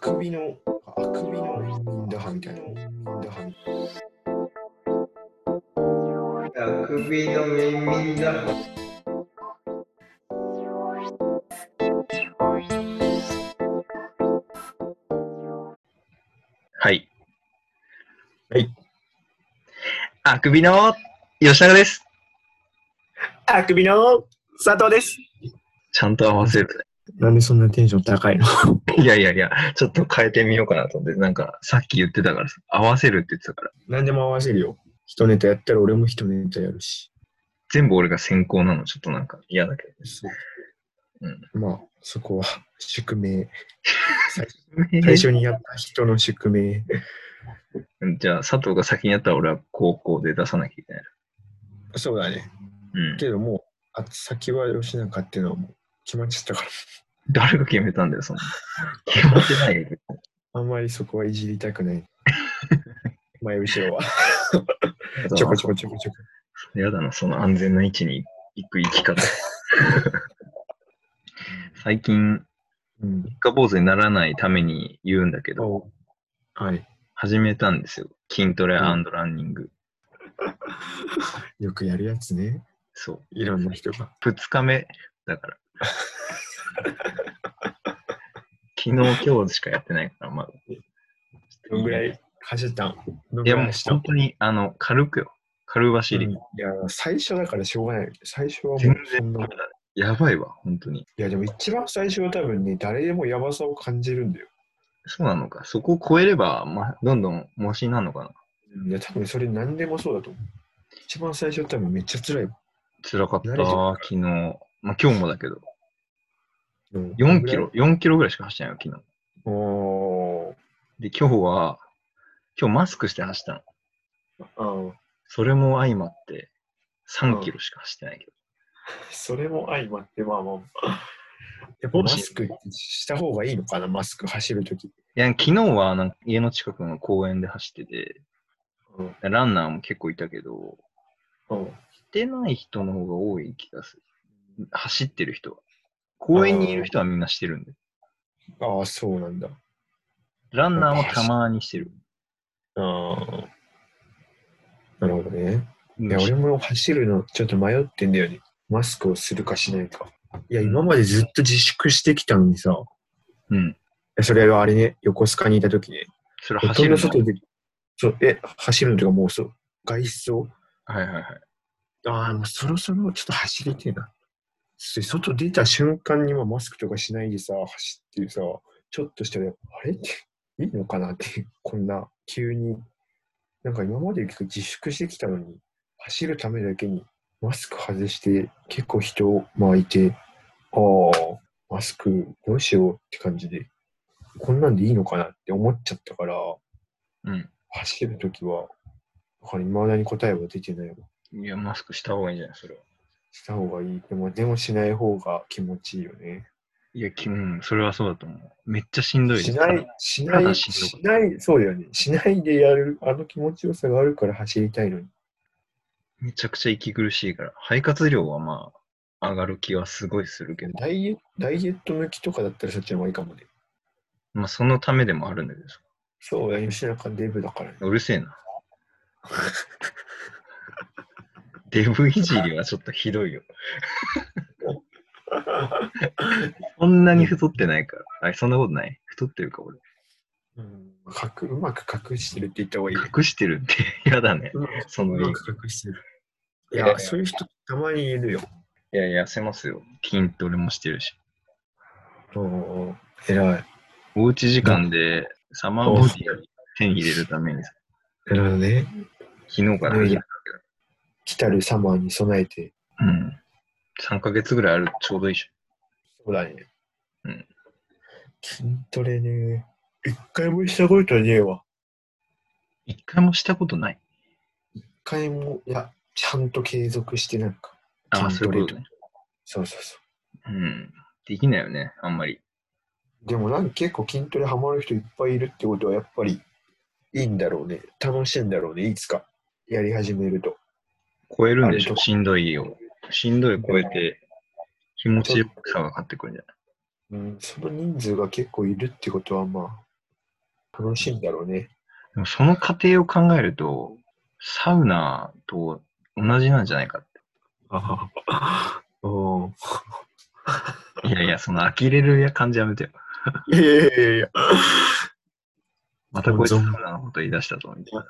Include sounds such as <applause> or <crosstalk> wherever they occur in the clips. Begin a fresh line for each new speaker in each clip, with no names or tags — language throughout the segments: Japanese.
くびの、あくびのインダハみたいな。インダハみたい
あくびのみんみんだ。
はい。
はい。
あくびの吉永です。
あくびの佐藤です。
ちゃんと合わせる
な。なんでそんなテンション高いの
ね。いやいやいや、ちょっと変えてみようかなと思って、なんかさっき言ってたからさ、合わせるって言ってたから、
何でも合わせるよ。一ネタやったら俺も一ネタやるし。
全部俺が先行なの、ちょっとなんか嫌だけど。
まあ、そこは宿 <laughs> 命。最
う
初にやった人の宿命。
ん。じゃあ、佐藤が先にやったら俺は高校で出さなきゃいけない。
そうだね。
うん。
けどもう、あ先は吉永っていうのはもう決まっちゃったから。
誰が決めたんだよ、そんな。決まってないよ。
あんまりそこはいじりたく <laughs> ない。前後ろは。ち
<laughs> ち
ょこち
ょこちょ
ょ
こ
こちょこちょこ。
やだな、その安全な位置に行く生き <laughs> 方。最近、
うん。
三日坊主にならないために言うんだけど、
おはい。
始めたんですよ。筋トレランニング。
よくやるやつね。
そう。
いろんな人が。
2日目
<laughs>
だから。昨日、今日しかやってないから、まだ。
どんぐらい走ったんどん
い
ぐ
や、
ら
も
いう走った
本当に、あの、軽くよ。軽走り。
うんいや、最初だからしょうがない。最初はもう
全
そん
然
な。い
やばいわ、本当に。
や、でも一番最初は多分ね、誰でもやばさを感じるんだよ。
そうなのか。そこを超えれば、まあ、どんどん模試なのかな。
いや、多分それ何でもそうだと思う。一番最初多分めっちゃ辛いも
辛かった、
慣れちゃうから
昨日。まあ、今日もだけど。
ん。
4キロ、4キロぐらいしか走ってないよ、昨
おー。
日。で、今日は、今日マスクして走ったの。
あ
それも相まって、3キロしか走ってないけど。
それも相まって、まあまあ、
やっぱマスクした方がいいのかな、マスク走るとき。
いや、昨日はなんか家の近くの公園で走ってて、
うん
ランナーも結構いたけど、
うん
してない人の方が多い気がする。走ってる人は。公園にいる人はみんなしてるんで。
ああ、そうなんだ。
ランナーもたまにしてる。
ああ。なるほどね。いや、
うん
俺も走るのちょっと迷ってんだよね。マスクをするかしないか。いや、今までずっと自粛してきたのにさ、い
うん。
やそれはあれね、横須賀にいた時ね、
それ
ほ
走
とん
る
ど
の。
外で、そう、え、走るのとかもうそう、外出を、
はいはいはい。
ああ、もうそろそろちょっと走りてえな。そして外出た瞬間にもマスクとかしないでさ、走ってるさ、ちょっとしたら、あれって、いいのかなって、こんな、急に。なんか今まで結構自粛してきたのに、走るためだけにマスク外して、結構人巻いて、ああ、マスクどうしようって感じで、こんなんでいいのかなって思っちゃったから、
うん。
走るときは、だから未だに答えは出てないわ。
いや、マスクした方がいいんじゃないそれは。
した方がいい。でも、でもしない方が気持ちいいよね。
いや、きうん、それはそうだと思う。めっちゃしんどい。
しない、しな
ただ
い、
しんど
し
かった
ない、そうだよね。しないでやる、あの気持ちよさがあるから走りたいのに。
めちゃくちゃ息苦しいから。肺活量はまあ、上がる気はすごいするけど。
ダイエット、ダイエット抜きとかだったらそっちの方がいいかもね。
まあ、そのためでもあるんだけどさ。
そうだ、吉中デブだからね。
うるせえな。デブいじりはちょっとひどいよ。そんなに太ってないから。あ、そんなことない。太ってるか、俺。
うん、隠うまく隠してるって言った方がいいね。
隠してるって <laughs> 嫌だね。
うまく
その
う
言い
ま
方
く隠してる。
い
い
や
や、そういう人たまにいるよ。
いやいや、痩せますよ。筋トレもしてるし。
うん、偉い。
おうち時間でサマーボディを手に入れるためにさ、
偉いね。
昨日から始めたけど
来たるサマーに備えて。
うん。3ヶ月ぐらいあるちょうどいいでしょ。
そうだね。
うん。
筋トレね。一回もしたことねえわ。
一回もしたことない。
一回も、いや、ちゃんと継続してなんか、
あ、
筋
そう
ト
いう
レ
ことね。
そうそうそ
うん。できないよね、あんまり。
う。でもなんか結構筋トレハマる人いっぱいいるってことはやっぱりいいんだろうね。楽しいんだろうね、いつか。やり始めると。
超えるんでし
あれ
ょ
と
しんどいよ。しんどい超えて、気持ちよさが勝ってくるんじゃない
うん、その人数が結構いるってことはまあ、楽しいんだろうね。
でもその過程を考えると、サウナと同じなんじゃないかっ
ああ。 <laughs> うん。
て。いやいや、その呆れる感じやめてよ。
いやいやいやいや、
またこいつサウナのこと言い出したぞ、みたい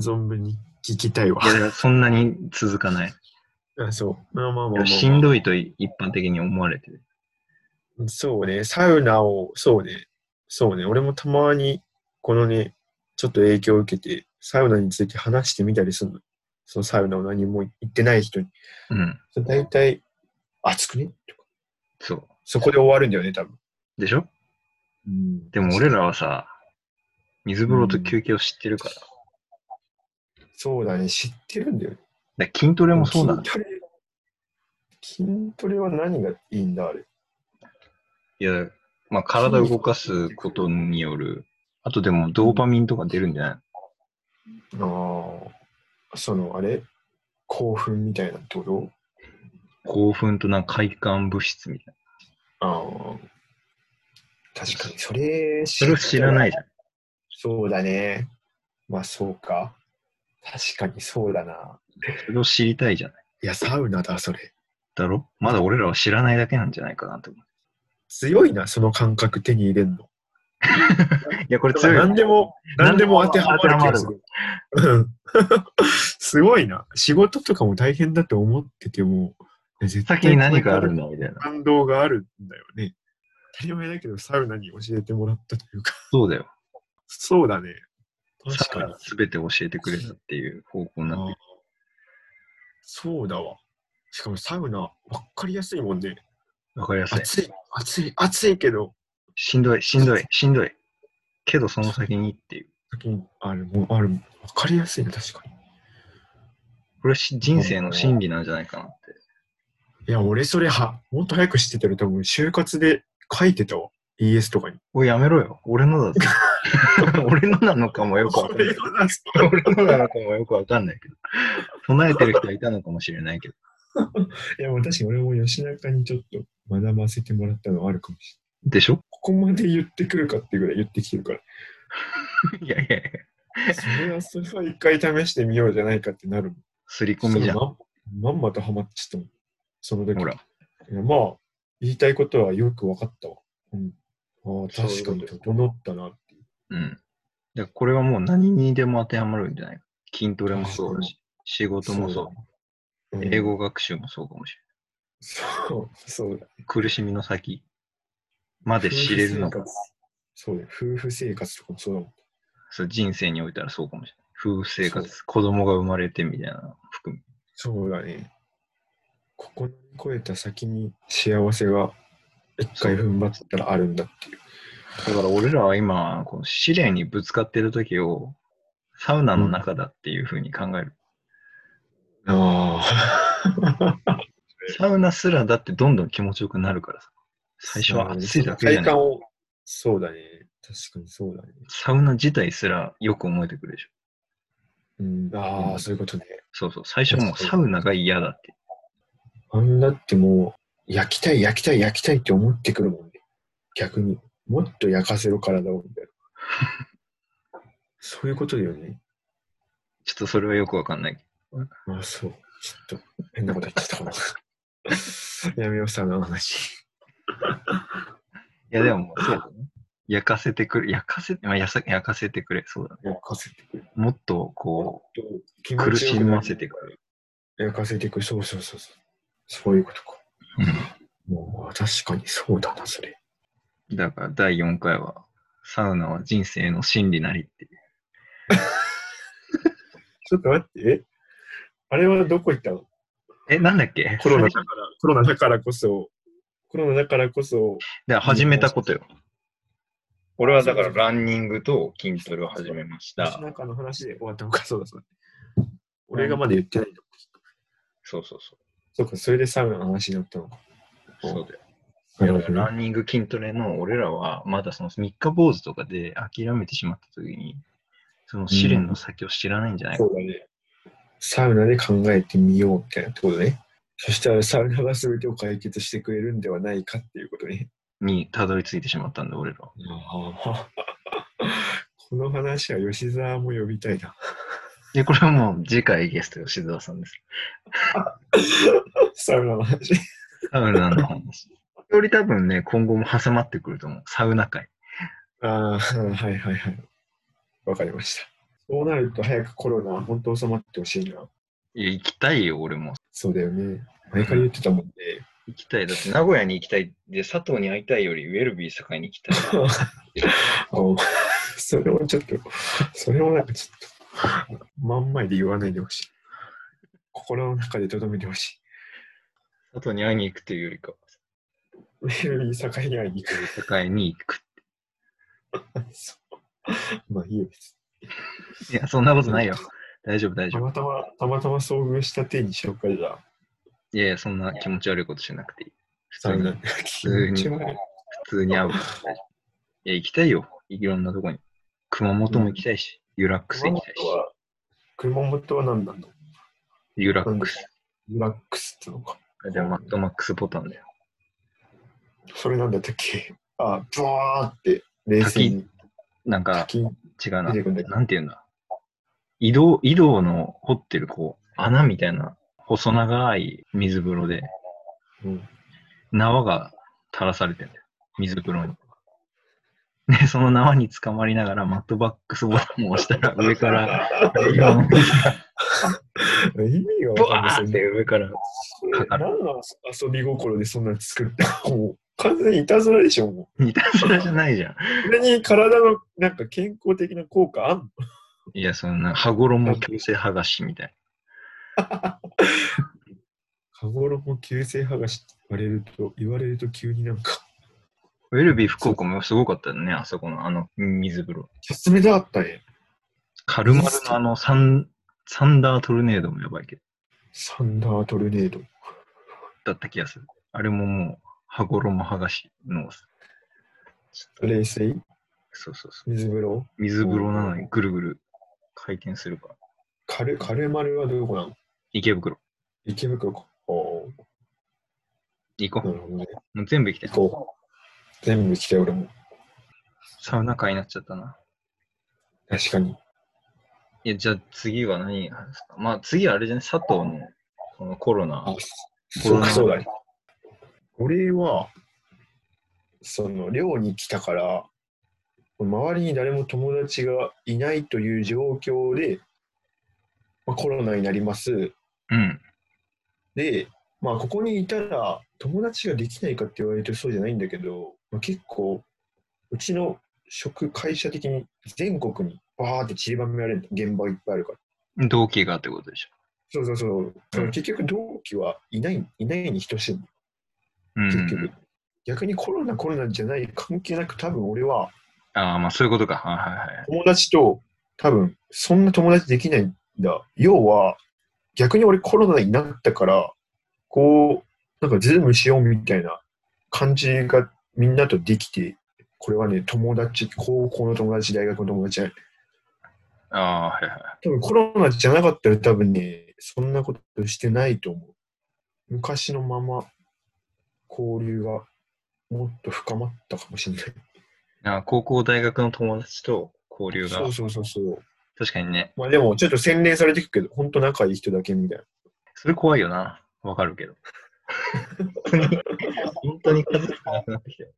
存分に聞きたいわ。
な。いやいや、そんなに続かない。
あそう。まあまあまあまあ、
しんどいと一般的に思われてる。
そうね、サウナを、そうね、そうね、俺もたまに、このね、ちょっと影響を受けて、サウナについて話してみたりするの。そのサウナを何も言ってない人に。
うん、
それ大体、暑くねとか。
そう。
そこで終わるんだよね、多分。
でしょ
うん
でも俺らはさ、水風呂と休憩を知ってるから。だか
そうだね、知ってるんだよね。
ら筋トレもそうなん
筋
だ。
トレ筋トレは何がいいんだ、あれ。
いや、まあ体を動かすことによる、あとでもドーパミンとか出るんじゃない
ああ、その、あれ興奮みたいなってこと
興奮となんか快感物質みたいな。
ああ。確かに、それ
それを知らないじゃん。
そうだね。まあそうか。確かにそうだな。
それを知りたいじゃない。
いや、サウナだ、それ。
だろまだ俺らは知らないだけなんじゃないかなと思
強いな、その感覚手に入れるの。
う。いや、これ強いよ。
何でも、何でも当てはまる気がする。うん <laughs> すごいな。仕事とかも大変だと思ってても、いや絶対
先に何かあるんだみたいな。
感動があるんだよね。当たり前だけど、サウナに教えてもらったというか、
そうだよ。
そうだね。
サ
確か
ウナ
に
が。全て教えてくれたっていう方向になってる。
そうだわ。しかもサウナ、わかりやすいもんね。
わかりやすい。
暑い、暑い、暑いけど、
しんどい、しんどい、しんどい。けどその先にっていう。
先にあるもんあるもんわかりやすいな、確かに。
これはし人生の真理なんじゃないかなって。
いや、俺それは、もっと早く知ってたら多分、就活で書いてたわ。ES とかに。
おい、やめろよ。俺のだぞ。 <laughs> 俺のなのかもよくわかんない。俺のなのかもよくわかんないけど。唱えてる人はいたのかもしれないけど。
いや、もう確かに俺も吉中にちょっと学ばせてもらったのはあるかもしれない。
でしょ
ここまで言ってくるかっていうぐらい言ってきて <laughs> るか
いやいやいや。
ら。それは、それは一回試してみようじゃないかってなるもん。
すり込みじゃん。
そのまんまんまとハマっちゃったもん。その時。
ほら。
いやまあ、言いたいことはよく分かったわ。うん、ああ、
そうい
確か
うこと
に整ったなっていう。
うん。だからこれはもう何にでも当てはまるんじゃないか。筋トレもそうだし、仕事もそう。
そうだね
英語学習もそうかもしれ
そう、そうだ。
ない。苦しみの先まで知れるの
夫
か
婦。生活そうだよ。夫婦生活とかもそうだもん。
そう人生においたらそうかもしれない。夫婦生活、子供が生まれてみたいなの含め。
そうだね。ここに越えた先に幸せが一回踏ん張ったらあるんだっていう。
だから俺らは今、この試練にぶつかってる時を、サウナの中だっていうふうに考える。
ああ。
サウナすらだってどんどん気持ちよくなるからさ。最初は暑いだけじ
体
ゃない
感。を。そうだね。確かにそうだね。
サウナ自体すらよく思えてくるでしょ。
うん、ああ、そういうことね。
そうそう。最初はもうサウナが嫌だって。
あんなってもう、焼きたい、焼きたい、焼きたいって思ってくるもんね。逆に。もっと焼かせろ、体を、みたいな。そういうことだよね。
ちょっとそれはよくわかんない。
あ、そう。ちょっと、変なこと言っちゃったかな。やめよう、さ、あの話。
いやでももうそうだね。焼かせてくれ。焼かせて、まあ、やさ焼かせてくれ。そうだね。
焼かせてくる。
もっとこ
気
う、
持
苦
ちよ
し
くなる
ませてくれる。
焼かせてくる。そうそうそうそう。そういうことか。もう、確かにそうだな、それ。
だから第4回は、サウナは人生の真理なりっていう。
ちょっと待って。えあれはどこ行ったの
え、なんだっけ
コロナだ
最初
から、コロナだからこそ、コロナだからこそ、
だから始めたことよ。俺はだからランニングと筋トレを始めました。
中の話で終わったのか、そうだそうだ。俺がまだ言ってないの。
そうそうそ
そうか、それでサウナの話になったのか。
う。そうだよ。
なる
だか
ほ
ら
ど
ランニング、筋トレの俺らは、まだその三日坊主とかで諦めてしまった時に、その試練の先を知らないんじゃないか。
そうだね。サウナで考えてみようみたいなってことね。そしたらサウナが全てを解決してくれるんではないかっていうことね。
にたどり着いてしまったんで、俺らは。
ああ。 <laughs> この話は吉沢も呼びたいな。
<laughs> で、これはもう次回ゲスト、吉沢さんです。
サウナの話。
サウナの話。より多分ね、今後も挟まってくると思う。サウナ界。
ああ、 <laughs> はいはいはい。わかりました。そうなると早くコロナ、本当収まってほしいな。
いや、行きたいよ、俺も。
そうだよね。前から言ってたもんね。
行きたい。だって名古屋に行きたい。で、佐藤に会いたいより、ウェルビー堺に行きたい。
あの <laughs> それもちょっと、それもなんかちょっと、真ん前で言わないでほしい。心の中でとどめてほし
佐藤に会いに行くというよりかは、
い。ウェルビー堺に会いに行く。
堺に行く。
<laughs> そうまあいいよ。
いや、そんなことないよ。大丈夫、大丈
た
夫。
またま、たまたま遭遇した手に紹介だ。
いやいや、そんな気持ち悪いことしなくていい。普
サ
通
ウ
に
ナ。、 <laughs> 気持ち悪い。
普通に会うから大丈夫。いや、行きたいよ。いろんなとこに。熊本も行きたいし、ユラックス行
熊
きたいし
本。は、熊本は何なんだろ
ユラックス。
うラックスってのか。
あじゃあ、マッドマックスボタンだよ。
それなんだったっけあ、ブワーって、冷静に
なんか、
滝
違うな。
出てくんだけど
なんていうんだ。移動、移動の掘ってる、こう、穴みたいな、細長い水風呂で、
うん
縄が垂らされてんだよ。水風呂に。で、その縄に捕まりながら、マットバックスボタンを押したら、上 <laughs> から、いろんな
意味が
ブ
わかん
ワ
ない
ー
で
っ
す
て
よね。
上から。かかる
何の遊び心でそんなの作ったもう完全にいたずらでしょ、も
いたずらじゃないじゃん。
う。それに体のなんか健康的な効果あんの
いや、そのな、羽衣強制剥がしみたい
羽衣急性剥がしって言われると、言われると急になんか、
な。ウェルビー福岡もすごかったよね、あそこの、あの、水風呂。
説明であったね。
カルマルのあの、サン、サンダートルネードもやばいけど、
サンダートルネード。
だった気がする。あれももう、羽衣剥がしの、
冷水
そうそうそう。
水風呂
水風呂なのにぐるぐる回転するから。
カル、カルマルはどこなの
池袋。
池袋か。おー
行こ
な
う。
るほどね。
もう全部行きたい
行。こう。全部来て俺も。
サウナ会になっちゃったな。
確かに。
いや、じゃあ次は何話すか。まあ次はあれじゃない、佐藤のこのコロナ。
そうか、そうだね。俺は、その、寮に来たから、周りに誰も友達がいないという状況で、まあ、コロナになります。
うん。
で、まあ、ここにいたら、友達ができないかって言われるとそうじゃないんだけど、まあ、結構、うちの職、会社的に全国にバーって散りばめられる現場いっぱいあるから。
同期がってことでしょ。
そうそうそう。その結局、同期はいない、いないに等しい。
うん
結局。逆にコロナ、コロナじゃない、関係なく、多分俺は、
ああ、まあそういうことか。はいはいはい。
友達と、多分そんな友達できないんだ。要は、逆に俺コロナになったから、こう、なんかズームしようみたいな感じがみんなとできて、これはね、友達、高校の友達、大学の友達じゃない。
ああ、はいはい。
多分コロナじゃなかったら多分ね、そんなことしてないと思う。昔のまま交流がもっと深まったかもしれない。
あ高校、大学の友達と交流が
そう、そうそうそう。
確かにね、
まあでも、ちょっと洗練されていくけど、本当仲いい人だけみたいな。
それ怖いよな。わかるけど。本当に、本当に数少なくなってきたよ。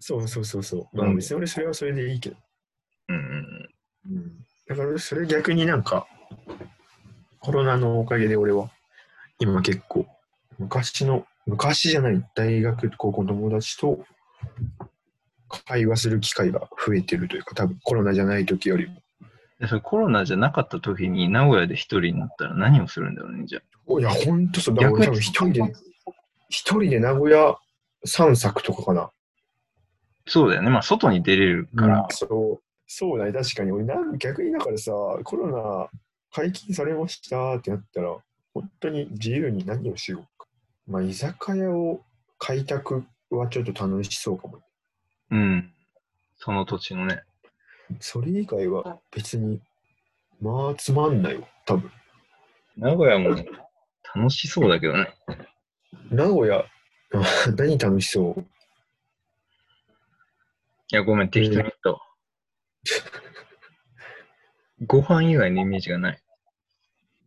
そうそうそうそう。ま
う
あ
ん
別に俺それはそれでいいけど。
うんうんうん。
うん、だからそれ逆になんか、コロナのおかげで俺は、今結構、昔の、昔じゃない大学、高校の友達と会話する機会が増えてるというか、多分コロナじゃない時よりも。
でそれコロナじゃなかった時に名古屋で一人になったら何をするんだろうね、じゃ
いや、ほんとそう。だから
逆
俺
に
多分一人で、一人で名古屋散策とかかな。
あ。そうだよね。まあ、外に出れるから、
そうそうだね、確かに。俺なん、逆にだからさ、コロナ解禁されましたってなったら、本当に自由に何をしようか。まあ、居酒屋を開拓はちょっと楽しそうかも。
うん、その土地のね。
それ以外は別に、まあ、つまんないよ、多分。
名古屋も楽しそうだけどね。
名古屋、あ何楽しそう
いや、ごめん、適当に言ったわ。ご飯以外のイメージがない。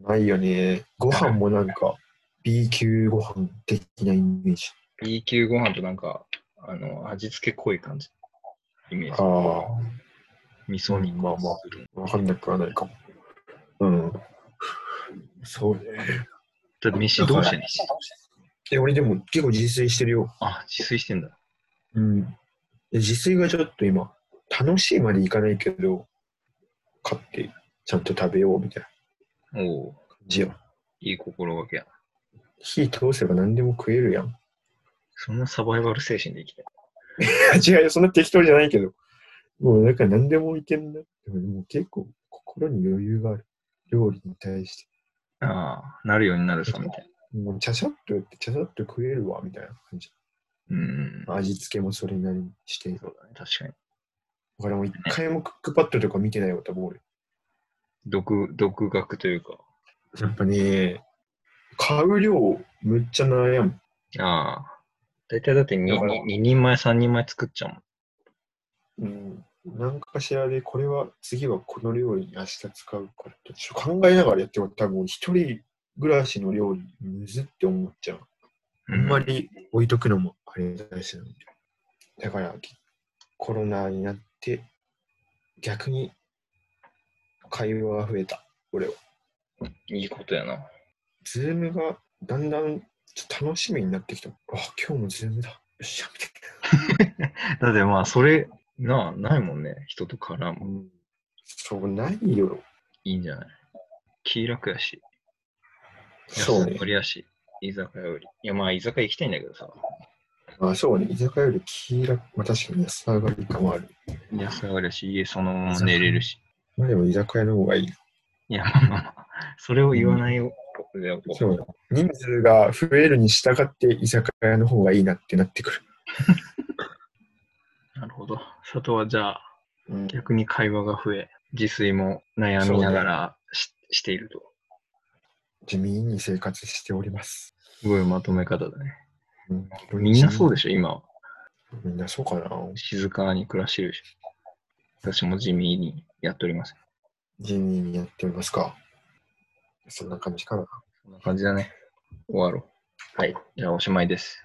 ないよね。ご飯もなんか B 級ご飯的なイメージ。
B 級ご飯となんか、あの、味付け濃い感じ。イメー
あ
ジ。
あ、
味噌に
まあまあ
する。
わかんなくはないかも。うん。そうね。
だって飯どうしてんの
え、俺でも結構自炊してるよ。
あ、自炊してんだ。
うん。で自炊がちょっと今、楽しいまでいかないけど、買ってちゃんと食べようみたいな
おおう
感じよ。
いい心がけや。
火通せば何でも食えるやん。 <laughs>
そのサバイバル精神で生きてる。
違うよ、そんな適当じゃないけど。もうなんか何でもいけんな。でももう結構心に余裕がある。料理に対して。
ああ、なるようになるさ、みたい
もうちゃちゃっとやって、ちゃちゃっと食えるわ、みたいな感じ。
な。うん。
味付けもそれなりにして。だ
そうだね、確かに。
からもう一回もクックパッドとか見てないわ、多分俺。
独、独学というか。
やっぱね、買う量、むっちゃ悩む。
ああ。大体だって
だから
2, 二人前、3人前作っちゃうもん。
うん。なんかしらで、これは、次はこの料理に明日使うからって、ちょっと考えながらやっても、多分一人暮らしの料理、むずって思っちゃう。あんまり置いとくのもあれだしなんで。だから、コロナになって、逆に会話が増えた、俺は。
いいことやな。
ズームがだんだんちょっと楽しみになってきた。あ、今日もズームだ。よっしゃ、みたい
だってまあ、それ、なあ、ないもんね。人と絡
な。
む。
そう、ないよ。
いいんじゃない気楽やし、
そう
安
ね
っ。りやし、居酒屋より。いや、まあ、居酒屋行きたいんだけどさ。
あ、そうね。居酒屋より気楽。まあ、確かに安上がり感はある。
安上がりやし、家そのまま寝れるし。
まあ、でも居酒屋の方がいい。
いや、まあまあまあ、それを言わないよ。でこう
そう。人数が増えるに従って居酒屋の方がいいなってなってくる。
なるほど。佐藤はじゃあ、
うん
逆に会話が増え、自炊も悩みながらし,、していると。
地味に生活しております。
すごいまとめ方だね。
うん
みんなそうでしょ、今は。
みんなそうかな。
静かに暮らしてるし。私も地味にやっております。
地味にやってみますか。そんな感じかな。
こんな感じだね。終わろう。はい。じゃあ、おしまいです。